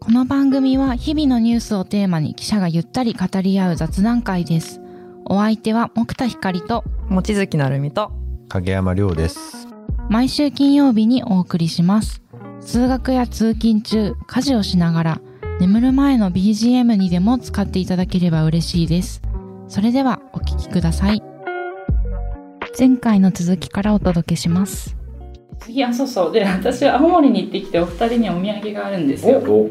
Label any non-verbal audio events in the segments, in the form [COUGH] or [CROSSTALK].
この番組は日々のニュースをテーマに記者がゆったり語り合う雑談会です。お相手は木田光と望月なるみと影山亮です。毎週金曜日にお送りします。通学や通勤中、家事をしながら眠る前の BGM にでも使っていただければ嬉しいです。それではお聞きください。前回の続きからお届けします。いやそうそうで私は青森に行ってきてお二人にお土産があるんですよお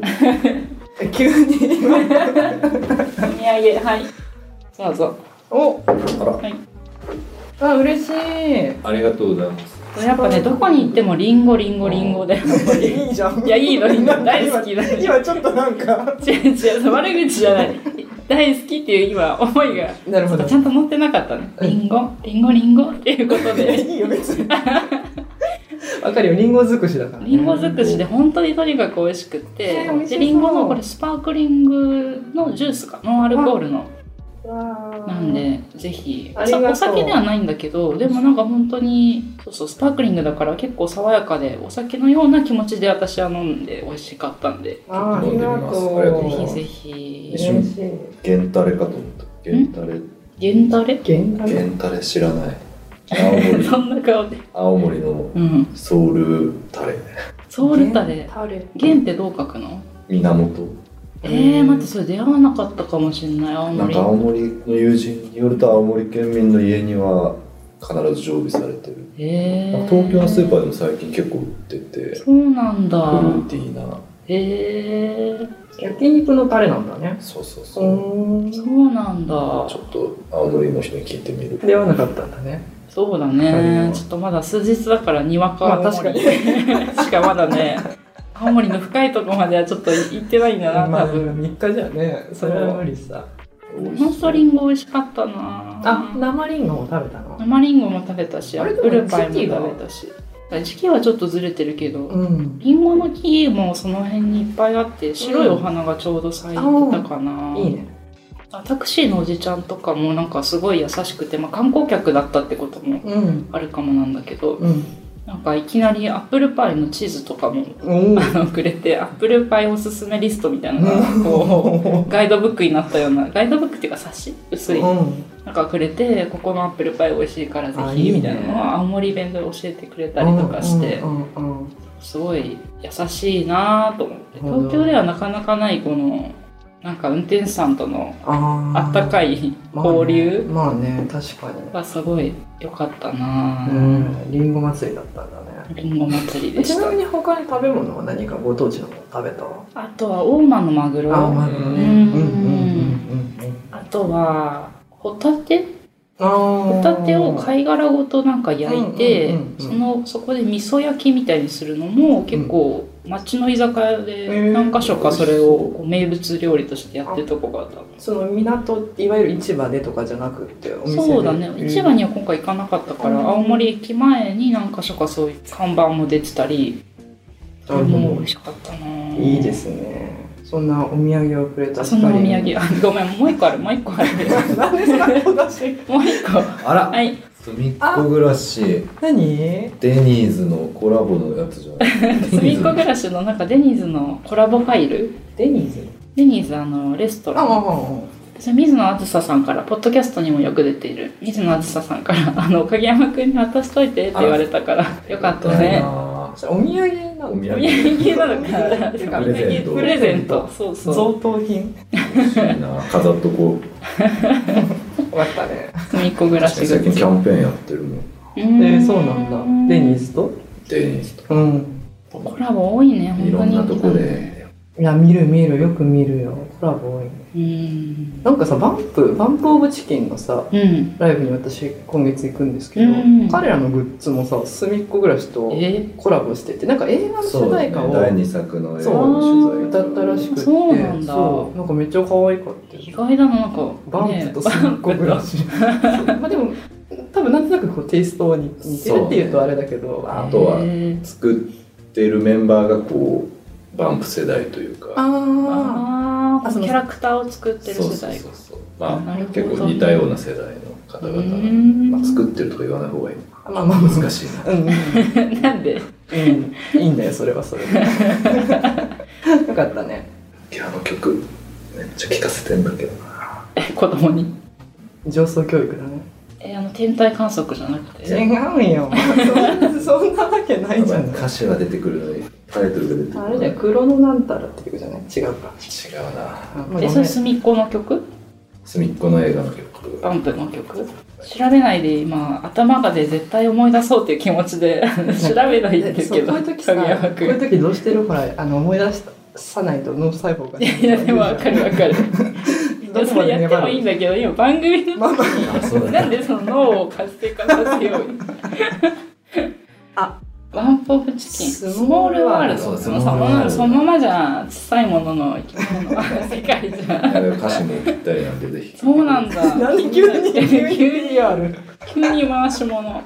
[LAUGHS] 土急に産はいどうぞおあらはいあ嬉しいありがとうございます。やっぱねどこに行ってもリンゴリンゴリンゴでいいじゃんいやいいのいいの大好きだね今ちょっとなんか違う違う悪口じゃない大好きっていう今思いがなるほどちゃんと乗ってなかったねリンゴリンゴリンゴっていうことでいいよ別に [LAUGHS] わかるよリンゴ尽くしだからリンゴ尽くしで本当にとにかく美味しくってえー美味しそうでリンゴのこれスパークリングのジュースかノンアルコールのなんでぜひありがとうお酒ではないんだけどでもなんか本当にそうそうスパークリングだから結構爽やかでお酒のような気持ちで私は飲んで美味しかったんであーありがとうありがとうございぜひますぜひ一緒嬉にしいゲンタレかと思った。ゲンタレ、原タレ限界ゲンタレ知らない。青 [LAUGHS] 森、そんな顔で青森のうんソウルタレ。ソウルタレタレ原ってどう書くの源。えー、待ってそれ出会わなかったかもしれない青なん森か青森の友人によると青森県民の家には必ず常備されてる。えなんー、か東京のスーパーでも最近結構売ってて、フルそうなんだーティーな。えー、焼肉のタレなんだねそうそうそう。うそんうなんだちょっと青森の人に聞いてみる。ではなかったんだねそうだね、はいちょっとまだ数日だからにわかまあ確かに [LAUGHS] しかまだね青森の深いところまではちょっと行ってないんだなま多あ分、 3日じゃねそれは無理さ美味しモンストそうリンゴ美味しかったなあ生リンゴも食べたの生リンゴも食べたしあアれッでもプルパイも時期が食べたし時期はちょっとずれてるけど、うんリンゴの木もその辺にいっぱいあって白いお花がちょうど咲いてたかな、いいねあタクシーのおじちゃんとかもなんかすごい優しくて、まあ、観光客だったってこともうんあるかもなんだけどうんなんかいきなりアップルパイのチーズとかも [LAUGHS] おおあのくれてアップルパイおすすめリストみたいなのがこうガイドブックになったようなガイドブックっていうか冊子薄いうんなんかくれてここのアップルパイ美味しいからぜあいいひねみたいなのは青森弁で教えてくれたりとかしてうんうんうんすごい優しいなと思ってなるほど東京ではなかなかないこのなんか運転手さんとのああったかいい交流まあね,、確かにがすごい良かったなうんりんご祭りだったんだねりんご祭りでちしなたみに他に食べ物は何かご当地のもの食べたあとは大間のマグロあまだねううんんうんうんうんあとはホタテあーホタテを貝殻ごとなんか焼いてうんうんうんうんそのそこで味噌焼きみたいにするのも結構町の居酒屋へでー何か所かそれをこう名物料理としてやってるとこがあったのその港いわゆる市場でとかじゃなくってお店でそうだねん市場には今回行かなかったからうん青森駅前に何か所かそういう看板も出てたりなるほどもう美味しかったないいいですすねそんなお土産をくれたそんなお土産あ [LAUGHS] ごめんもう一個あるもう一個 [LAUGHS] ある何ですか小出しもう一個はあら、い隅っこ暮らし、何デニーズのコラボのやつじゃない。 [LAUGHS] すみっこ暮らしのなんかデニーズのコラボファイルデニーズデニーズあのレストあラあンあそれ水野あずささんからポッドキャストにもよく出ている水野あずささんから「 [LAUGHS] あの影山君に渡しといて」って言われたからよかったねああそれお土産なーのお土産。お土産なのかなてでかもプレゼントプレゼントそうそう贈答品欲しいな飾っとこう終わったね住みっこ暮らし最が近キャンペーンやってるもんえー、そうなんだデニーズズとデニーズとうんコラボ多いねいろ本んな当とにこでいや見る見るよく見るよコラボ多いねうんなんかさバンプバンプオブチキンのさうんライブに私今月行くんですけど、うん彼らのグッズもさ隅っこ暮らしとえコラボしててなんか映画のそ主うだ題ね歌を第二作の映画そのう取歌材ったらしくてそうなんだそうなんかめっちゃ可愛かったよ意外だななんかバンプと隅っこ暮らし、まあでも多分なんとなくこうテイストは似似てるっていうとあれだけど、ああとはえー作ってるメンバーがこうバンプ世代というかああああそのキャラクターを作ってるそう世そう代そうそうまなあるほど結構似たような世代の方う々なんでんまあ作ってるとか言わない方がいいーまあまあ難難しいしいなうん、 [LAUGHS] なんでうん、いいんだよそれはそれでよかったねキラの曲めっちゃ聴かせてんだけどなえ子供に上層教育だねえあの天体観測じゃなくて違う [LAUGHS] よそんなわけないじゃない歌詞は出てくるのにタイトルが出てくるあれだよ黒のなんたらっていうじゃない違うか違うなあごめえんそれ隅っこの曲隅っこの映画の曲バンプの曲調べないで今頭がで絶対思い出そうっていう気持ちで調べないんですそけうこどういう時さこ影山ういう君時どうしてるほらあの思い出さないと脳細胞がいやいやでもわかるわかるいやどこそまれでやってもいいんだけど今番組のまあまあそうだなんでその脳を活性化させようにあワンポープチキンススモモーールルワワーールルドそうドスそモーのルワールドままそのままじゃ小さいものの生き物の世界じゃんあれ歌詞にぴったりなんでぜひそうなんだあ何急に急に急に PR 急に回し物だ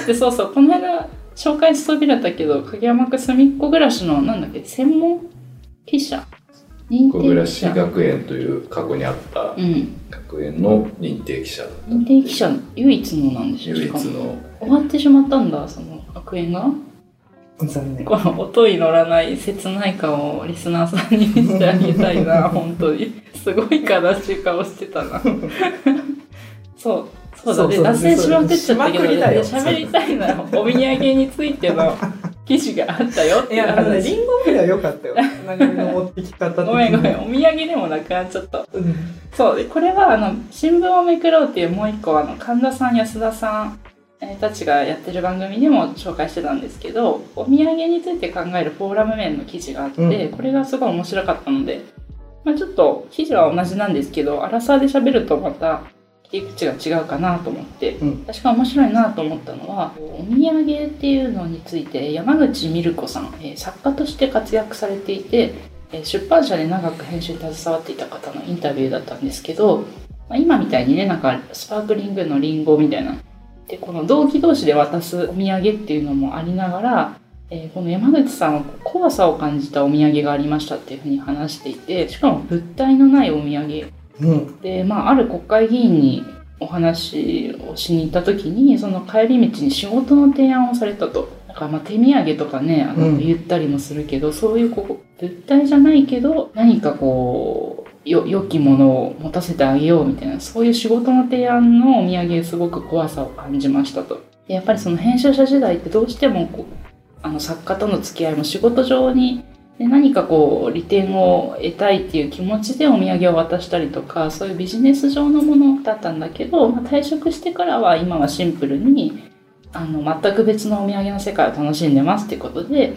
ってそうそうこの間紹介しそびれたけど影山くん隅っこ暮らしのなんだっけ専門記者認小暮定記し者学園という過去にあったうん学園の認定記者認定記者唯一のなんでしょ唯一しかもの終わってしまったんだその悪縁が残念 [LAUGHS] この音に乗らない切ない顔をリスナーさんに見せてあげたい [LAUGHS] な本当にすごい悲しい顔してたなそうそうそだねうそう脱線しまくっちゃったしまけくどりだよね喋りたいなお土産についての記事があったよっていいうやあのね話リンゴ飴は良かったよ何の持ってき方的にごめんごめんお土産でもなくなっちゃったうんそうでこれはあの新聞をめくろうっていうもう一個あの神田さん安田さんえーたちがやってる番組でも紹介してたんですけどお土産について考えるフォーラム面の記事があって、うんこれがすごい面白かったので、まあ、ちょっと記事は同じなんですけどアラサーで喋るとまた切り口が違うかなと思って、うん確か面白いなと思ったのはお土産っていうのについて山口美る子さん、えー作家として活躍されていてえー出版社で長く編集に携わっていた方のインタビューだったんですけど、まあ、今みたいにねなんかスパークリングのリンゴみたいなでこの同期同士で渡すお土産っていうのもありながら、えーこの山口さんは怖さを感じたお土産がありましたっていうふうに話していてしかも物体のないお土産うんで、まあ、ある国会議員にお話をしに行った時にその帰り道に仕事の提案をされたとだからまあ手土産とかねあうのん言ったりもするけど、そういうこう物体じゃないけど何かこうよ良きものを持たせてあげようみたいなそういう仕事の提案のお土産すごく怖さを感じましたと。でやっぱりその編集者時代ってどうしてもこうあの作家との付き合いも仕事上にで何かこう利点を得たいっていう気持ちでお土産を渡したりとかそういうビジネス上のものだったんだけど、まあ退職してからは今はシンプルにあの全く別のお土産の世界を楽しんでますっていうことで、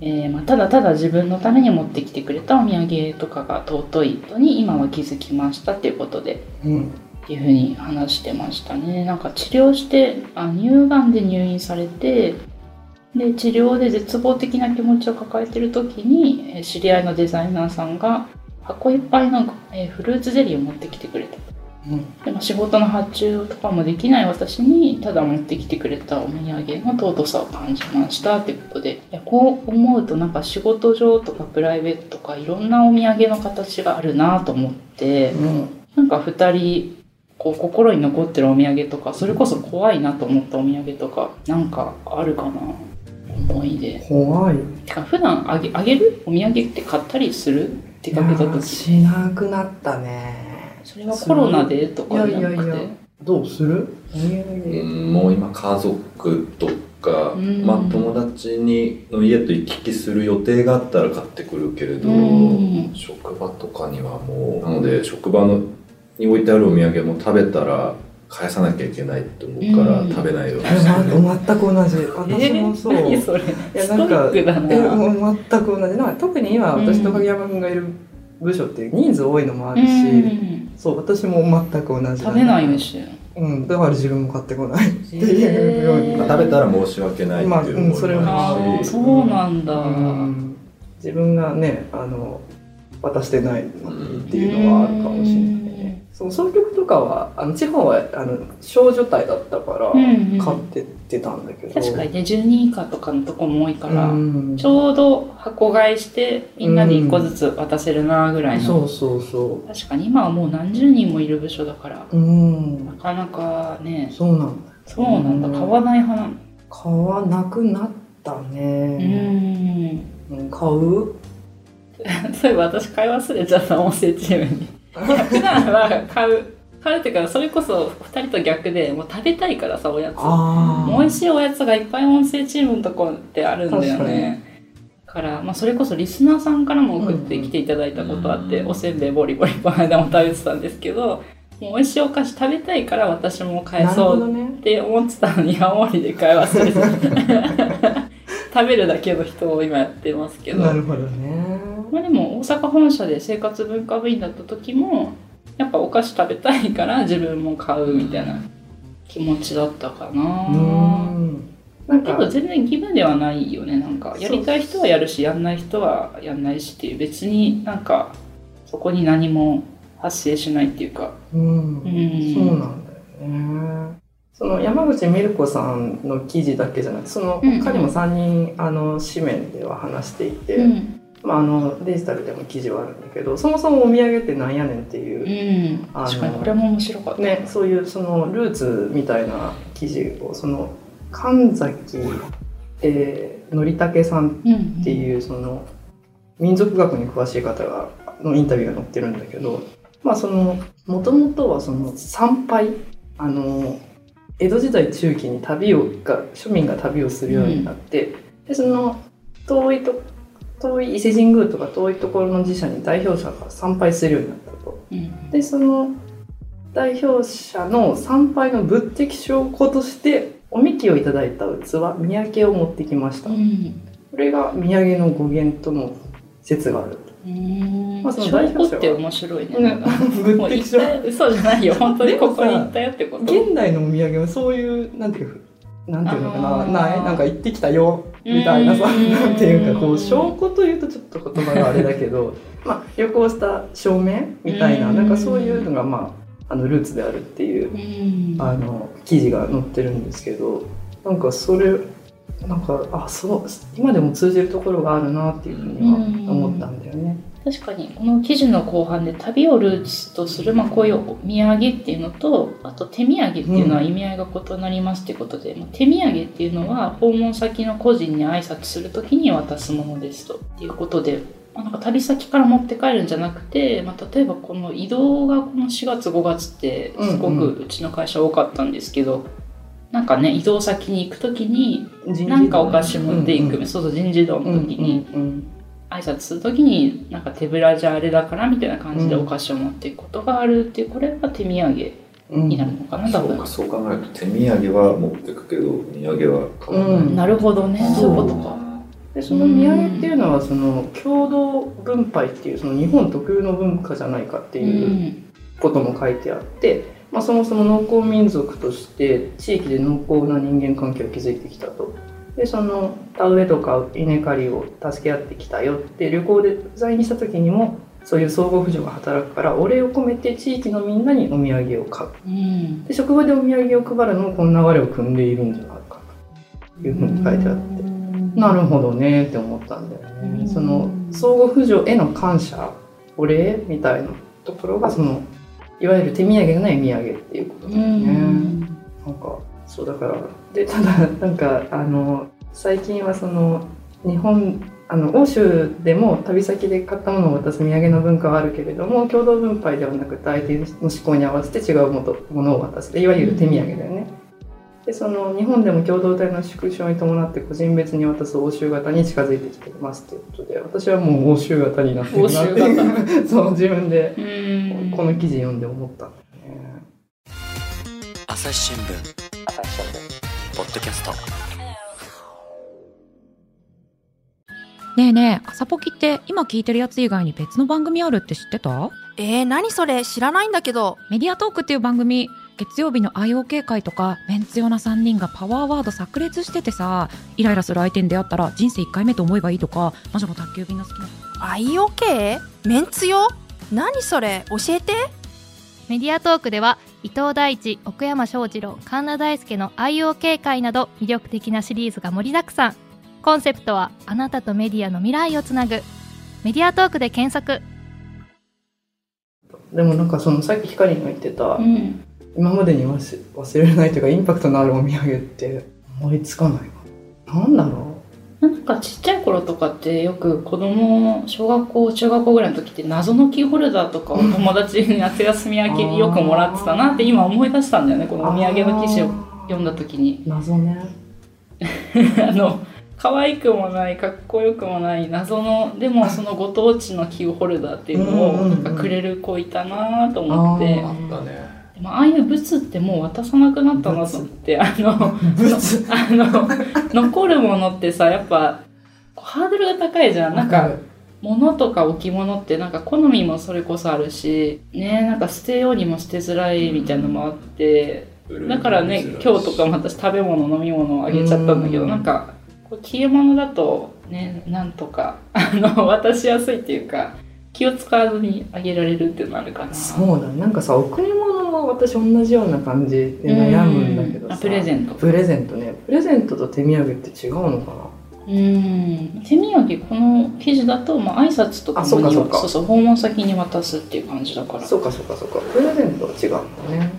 えーまあ、ただただ自分のために持ってきてくれたお土産とかが尊いことに今は気づきましたっていうことでうんっていうふうに話してましたねなんか治療してあ乳がんで入院されてで治療で絶望的な気持ちを抱えてる時にえー知り合いのデザイナーさんが箱いっぱいの、えーフルーツゼリーを持ってきてくれたうんでも仕事の発注とかもできない私にただ持ってきてくれたお土産の尊さを感じましたってことでいやこう思うとなんか仕事上とかプライベートとかいろんなお土産の形があるなと思って、うんなんか2人こう心に残ってるお土産とかそれこそ怖いなと思ったお土産とかなんかあるかな思い出怖いてか普段あげあげるお土産って買ったりする出かけたいやー時しなくなったねそれはコロナでといかやじいゃなやくいてやどうするお土う産んもう今家族とか、うんまあ、友達にの家と行き来する予定があったら買ってくるけれど、うん職場とかにはもうなので職場のに置いてあるお土産も食べたら返さなきゃいけないと思うからうん食べないようにえしてる、ま全く同じ私もそう、えー何それやスなトんイかックだえなもう全く同じなんか特に今うん私と影山君がいる部署って人数多いのもあうるし、んそう私も全く同じだね食べないようにしてるうん、だから自分も買ってこないっていうようにえまなあー食べたら申し訳ないっていうのまあうんそれはあもあーるし、そうなんだ、うん自分がねあの渡してないのにっていうのはあるかもしれないねそう総局とかはあの地方はあの少女隊だったからうんうん買ってってたんだけど、確かにね12以下とかのとこも多いから、うんちょうど箱買いしてみんなで1個ずつ渡せるなぐらいの、そうそうそ確かに今はもう何十人もいる部署だからううんなかなかねそうなんだそうなんだうん買わない派なの買わなくなったうね、んうん買う [LAUGHS] そういえば私買い忘れちゃった音声チームに普段は買う買うっていうかそれこそ2人と逆でもう食べたいからさおやつあ美味しいおやつがいっぱい音声チームのとこってあるんだよねだから、まあ、それこそリスナーさんからも送ってきていただいたことあって、うんおせんべいボリボリこの間も食べてたんですけどもう美味しいお菓子食べたいから私もあ買えなるほそうどねって思ってたのに青森で買い忘れて [LAUGHS] た食べるだけの人を今やってますけどなるほどねまあ、でも大阪本社で生活文化部員だった時もやっぱお菓子食べたいから自分も買うみたいな気持ちだったかうな。んなんけどか全然義務ではないよねなんかそうやりたい人はやるしやんない人はやんないしっていう別になんかそこに何も発生しないっていうかうんうんそうなんだよね。その山口美る子さんの記事だけじゃなくてそのうんうん他にも3人、あの紙面では話していて、うんまあ、あのデジタルでも記事はあるんだけどそもそもお土産ってなんやねんっていうう、んあの確かにこれも面白かったね、そういうそのルーツみたいな記事をその神崎、えー、則武さんうんうんっていうその民族学に詳しい方がのインタビューが載ってるんだけどまあそのもともとはその参拝あの江戸時代中期に旅をが庶民が旅をするようになって、でその遠いと遠い伊勢神宮とか遠いところの寺社に代表者が参拝するようになったと。うんでその代表者の参拝の物的証拠としておみきをいただいた器土産を持ってきました、うんこれが土産の語源との説があると、うんまあその代証表者は拠って面白いねなんかも物う的証行った嘘じゃないよ本当にここに行ったよってこと拠現代のお土産はそういうなんていうなんていうのかなあーないなんか行ってきたよみたいなさうーんなんていうかこう証拠というとちょっと言葉があれだけどまあ旅行した証明みたいなうんなんかそういうのがまああのルーツであるっていううんあの記事が載ってるんですけどなんかそれなんかあそう今でも通じるところがあるなっていうふうには思ったんだよね。確かにこの記事の後半で旅をルーツとする、まあ、こういうお土産っていうのとあと手土産っていうのはうん意味合いが異なりますってことで、まあ手土産っていうのは訪問先の個人に挨拶する時に渡すものですとっていうことで、まあなんか旅先から持って帰るんじゃなくて、まあ、例えばこの移動がこの4月5月ってすごうんうくうちの会社多かったんですけど、なんかね移動先に行く時になんかお菓子持っていく、うんうんそうそう人事異動うのん時に。うん挨拶するときになんか手ぶらじゃあれだからみたいな感じでうんお菓子を持っていくことがあるっていうこれが手土産にうんうんなるのかな、多そう分かそう考えると手土産は持ってくけどお土産は買わない、うんなるほどねそうそういうことかでその土産っていうのはその共同分配っていうその日本特有の文化じゃないかってういうんことも書いてあって、まあ、そもそも農耕民族として地域で濃厚な人間関係を築いてきたと。でその田植えとか稲刈りを助け合ってきたよって旅行で在任した時にもそういう相互扶助が働くからお礼を込めて地域のみんなにお土産を買ううんで職場でお土産を配るのもこの流れを組んでいるんじゃないかというふうに書いてあってなるほどねって思ったんだようね。んその相互扶助への感謝お礼みたいなところがそのいわゆる手土産がない土産っていうことだうよね。なんんかそうだからでただなんかあの最近はその日本あの欧州でも旅先で買ったものを渡す土産の文化はあるけれども共同分配ではなくて相手の思考に合わせて違うもとものを渡すいわゆる手土産だよね。でその日本でも共同体の縮小に伴って個人別に渡す欧州型に近づいてきていますということで私はもう欧州型になってるなって欧いう [LAUGHS] そう自分でうんこの記事読んで思ったんだよね。朝日新聞ポッドキャストねえねえ朝ポキって今聞いてるやつ以外に別の番組あるって知ってたえー、何それ知らないんだけどメディアトークっていう番組月曜日の IOK 会とかメンツ用な3人がパワーワード炸裂しててさイライラする相手に出会ったら人生1回目と思えばいいとか魔女の宅急便の好きな IOK? メンツよ何それ教えてメディアトークでは伊藤大地奥山翔二郎神田大輔の IOK 会など魅力的なシリーズが盛りだくさんコンセプトはあなたとメディアの未来をつなぐメディアトークで検索でもなんかそのさっき光が言ってた、うん今までに忘れ忘れられないというかインパクトのあるお土産って思いつかないななんだろうなんかちっちゃい頃とかってよく子供小学校中学校ぐらいの時って謎のキーホルダーとかを友達に夏休み明けによくもらってたなって今思い出したんだよねこのお土産の記事を読んだ時に謎ね [LAUGHS] あの可愛くもないかっこよくもない謎のでもそのご当地のキーホルダーっていううのんをうんなうんんかくれる子いたなと思ってああったねでもああいうブツってもう渡さなくなったなと思ってあのブツ [LAUGHS] あの残るものってさやっぱこうハードルが高いじゃんなんか物とか置物ってなんか好みもそれこそあるしねなんか捨てようにも捨てづらいみたいなのもあってだからね今日とかも私食べ物飲み物あげちゃったんだけどうんなんかこう消え物だとねなんとか [LAUGHS] あの渡しやすいっていうか気を使わずにあげられるっていうのあるかなそうだねなんかさ贈り物も私同じような感じで悩むんだけどうさあプレゼントプレゼントねプレゼントと手土産って違うのかなうん手土産この記事だと、まあ挨拶とかあそうかにそうかそうそう訪問先に渡すっていう感じだからそうかそうかそうかプレゼントは違うんだね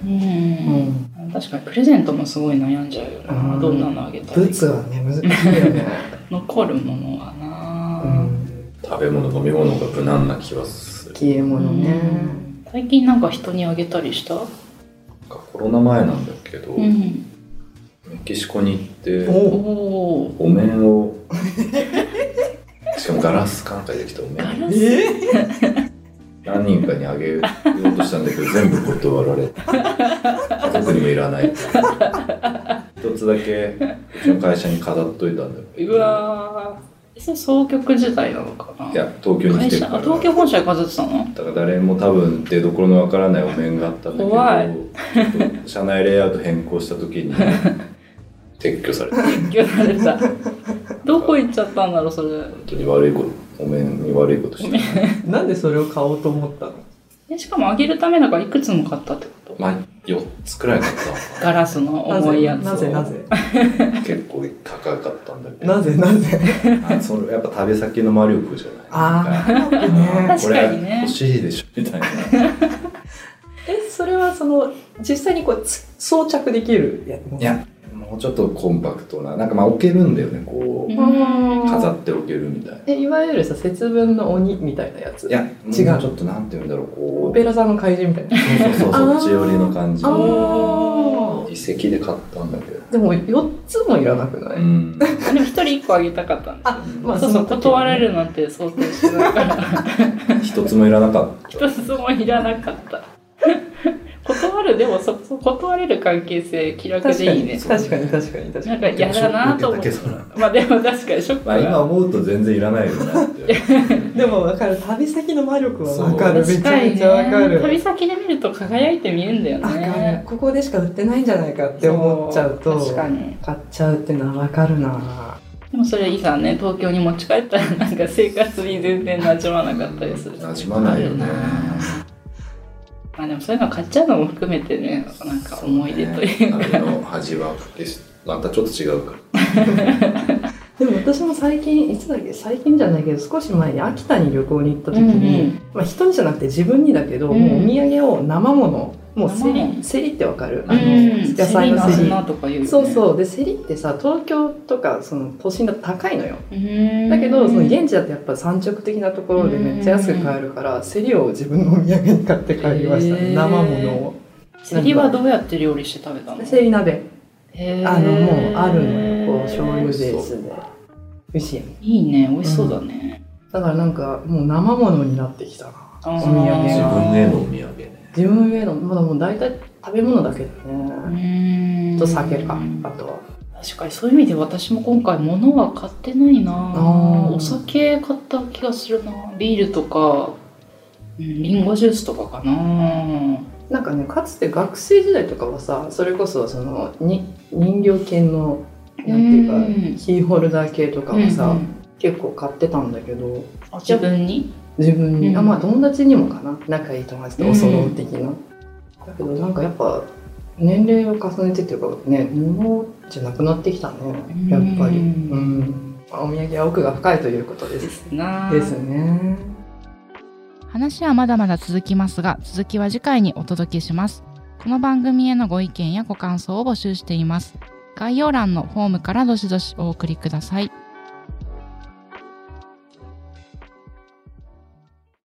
う、うんん確かにプレゼントもすごい悩んじゃうよな、うんどんなのあげたらいい物はね難しいよね、残るものはな、うん、食べ物飲み物が無難な気はする消え物ね、うん最近なんか人にあげたりしたなんかコロナ前なんだけど、んメキシコに行っておおおお面をしかもガラス管からできたお面ガラスえ何人かにあげようとしたん [LAUGHS] だけど全部断られて特にもいらない一つだけうちの会社に飾っといたんだけどうわーそれ総局時代なのかないや東京に会来てる社からあ東京本社で飾ってたのだから誰も多分出どころのわからないお面があったんだけど怖いちょっと社内レイアウト変更した時に撤去された本言われた [LAUGHS] どこ行っちゃったんだろうそれ当に悪いことお面に悪いことしてるなんでそれを買おうと思ったのえしかもあげるためだからいくつも買ったってこと [LAUGHS] まあ4つくらい買ったのかガラスの重いやつをなぜなぜな結構高かったんだけどなぜな [LAUGHS] ぜあそのやっぱ旅先の魔力じゃあないなんかねこれ確かにね欲しいでしょみた [LAUGHS] いなえそれはその実際にこうつ装着できるやいやもうちょっとコンパクトななんかまあ置けるんだよねこううん飾って置けるみたいなえいわゆるさ節分の鬼みたいなやついや違うもちょっとなんて言うんだろうオこうペラ座の怪人みたいなそうそうそうそっち寄りの感じあー一石で買ったんだけどでも4つもいらなくない、うんでも一人一個あげたかったんだあまあそうそそのう時はね断られるなんて想定してないから [LAUGHS] 一つもいらなかった一つもいらなかった [LAUGHS] 断るでもそそ断れる関係性気楽確かでいいにね確かに確かに確かなんにか嫌だなと思っシてョック受けたけどなまあでも確かにショックまあだ今思うと全然いらないよなってでも分かる旅先の魔力は分かるめ確ちゃかにめちゃ分かねる旅先で見ると輝いて見えるんだよわかるねここでしか売ってないんじゃないかって思っちゃうとそ確かに買っちゃうってのは分かるなでもそれ以下ね東京に持ち帰ったらなんか生活に全然馴染まなかったりするなじまないよねまあでもそういうの買っちゃうのも含めてねなんか思い出というかあれの恥はまたちょっと違うからでも私も最近いつだっけ最近じゃないけど少し前に秋田に旅行に行った時に、まあ、人にじゃなくて自分にだけど、うんもうお土産を生ものもうせ生り物せりってわかる、うあのん野菜のせセリりナとか言うよねそうそうでセリってさ東京とかその都心だと高いのようんだけどその現地だとやっぱ産直的なところでめっちゃ安く買えるからセリを自分のお土産に買って帰りましたへねー生ものをセリはどうやって料理して食べたのセリ鍋へーあのもうあるのよこう醤油ベースで美味しいいいね美味しそうだねだからなんかもう生ものになってきたなおお土産が自分へのお土産ね自分へのまだもう大体食べ物だけだねうんと酒かあとは確かにそういう意味で私も今回物は買ってないなあーお酒買った気がするなビールとかうんリンゴジュースとかかななんかねかつて学生時代とかはさそれこそそのに人形系のなんていうかうんキーホルダー系とかはさ、うんうん結構買ってたんだけどあ自分に自分に、うんあまあ友達にもかな仲いい友達とお揃う的な、だけどなんかやっぱ年齢を重ねてっていうかね物じゃなくなってきたねやっぱりううんん、まあお土産は奥が深いということですなですね話はまだまだ続きますが続きは次回にお届けしますこの番組へのご意見やご感想を募集しています概要欄のフォームからどしどしお送りください